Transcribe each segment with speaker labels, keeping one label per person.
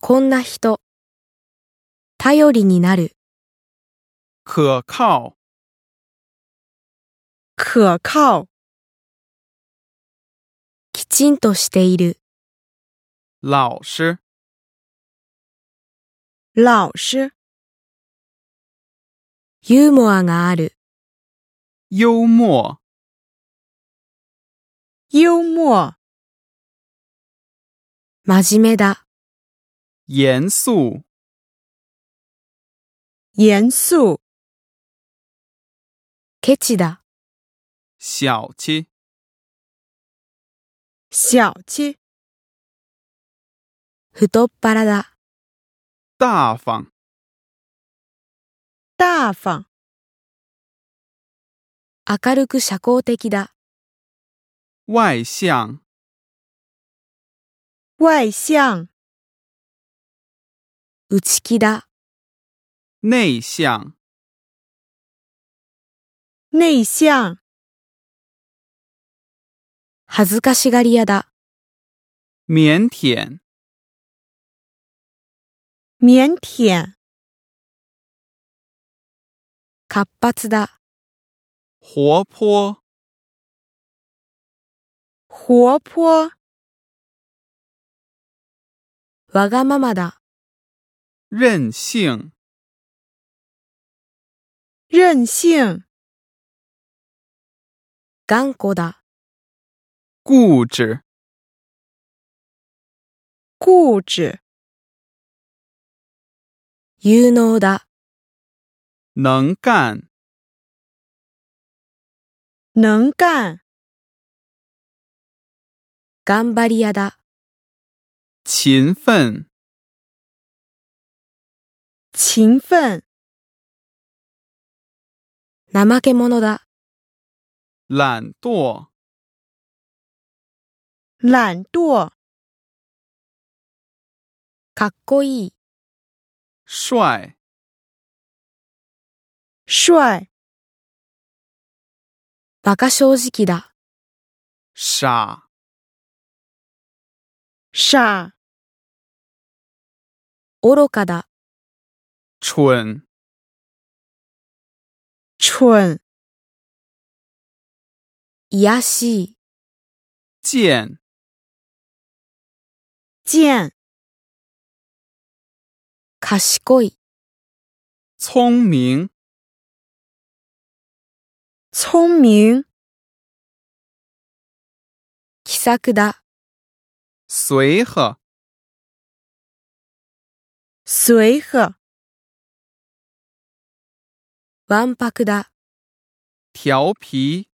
Speaker 1: こんな人。頼りになる。
Speaker 2: 可靠、
Speaker 3: 可靠、
Speaker 1: きちんとしている。
Speaker 2: 老实、
Speaker 3: 老实、
Speaker 1: ユーモアがある。
Speaker 2: 幽默、
Speaker 3: 幽默、
Speaker 1: 真面目だ。
Speaker 2: 严肃、
Speaker 3: 严肃、
Speaker 1: ケチだ。
Speaker 2: 小气、
Speaker 3: 小气、
Speaker 1: 太っ腹だ。
Speaker 2: 大方、
Speaker 3: 大方、
Speaker 1: 明るく社交的だ。
Speaker 2: 外向、
Speaker 3: 外向、
Speaker 1: 内気だ。
Speaker 2: 内向、
Speaker 3: 内向、
Speaker 1: 恥ずかしがり屋だ。
Speaker 2: 腼腆、
Speaker 3: 腼腆、
Speaker 1: 活発だ。
Speaker 2: 活泼、
Speaker 3: 活泼、
Speaker 1: わがままだ。
Speaker 2: 任性、
Speaker 3: 任性、
Speaker 1: 頑固だ。
Speaker 2: 固执、
Speaker 3: 固执、
Speaker 1: 有能だ。
Speaker 2: 能干、
Speaker 3: 能干、
Speaker 1: 頑張り屋だ。
Speaker 2: 勤奋、
Speaker 3: 勤奋、
Speaker 1: 怠け者だ。
Speaker 2: 懒惰、
Speaker 3: 懒惰、
Speaker 1: かっこいい。
Speaker 2: 帅、
Speaker 3: 帅、
Speaker 1: 馬鹿正直だ。
Speaker 2: 傻、
Speaker 3: 傻、
Speaker 1: 愚かだ。
Speaker 2: 蠢、
Speaker 3: 蠢、
Speaker 1: 癒やしい。
Speaker 2: 贱、
Speaker 3: 贱、
Speaker 1: 賢い。
Speaker 2: 聪明、
Speaker 3: 聪明、
Speaker 1: 気さくだ。
Speaker 2: 随和、
Speaker 3: 随和、
Speaker 1: わんぱくだ。
Speaker 2: 调皮、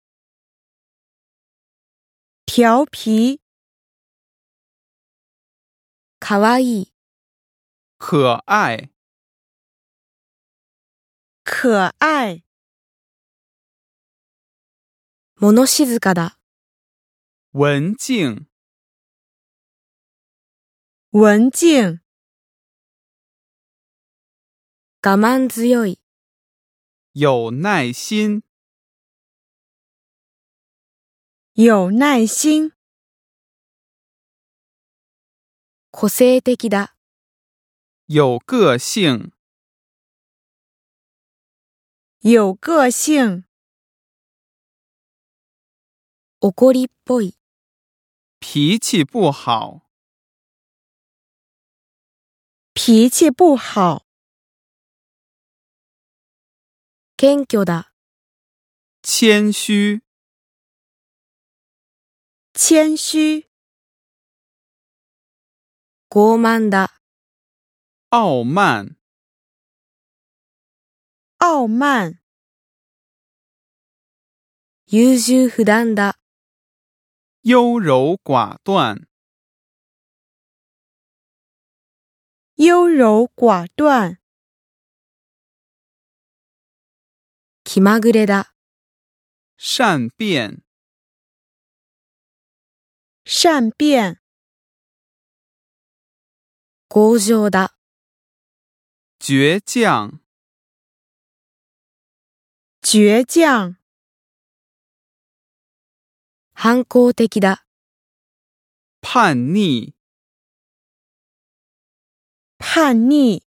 Speaker 3: 调皮、
Speaker 1: かわいい。
Speaker 2: 可爱、
Speaker 3: 可爱、
Speaker 1: 物静かだ。
Speaker 2: 文静、
Speaker 3: 文静、
Speaker 1: 我慢強い。
Speaker 2: 有耐心、
Speaker 3: 有耐心、
Speaker 1: 個性的だ。
Speaker 2: 有个性、
Speaker 3: 有个性、
Speaker 1: 怒りっぽい。
Speaker 2: 脾气不好、
Speaker 3: 脾气不好、
Speaker 1: 謙虚だ。
Speaker 2: 谦虚、
Speaker 3: 谦虚、
Speaker 1: 傲慢だ。
Speaker 2: 傲慢、
Speaker 3: 傲慢、
Speaker 1: 優柔不断だ。
Speaker 2: 优柔寡断、
Speaker 3: 优柔寡断、
Speaker 1: 気まぐれだ。
Speaker 2: 善变、
Speaker 3: 善变、
Speaker 1: 強情だ。
Speaker 2: 倔强、
Speaker 3: 倔强、
Speaker 1: 反抗的だ。
Speaker 2: 叛逆。
Speaker 1: 叛逆。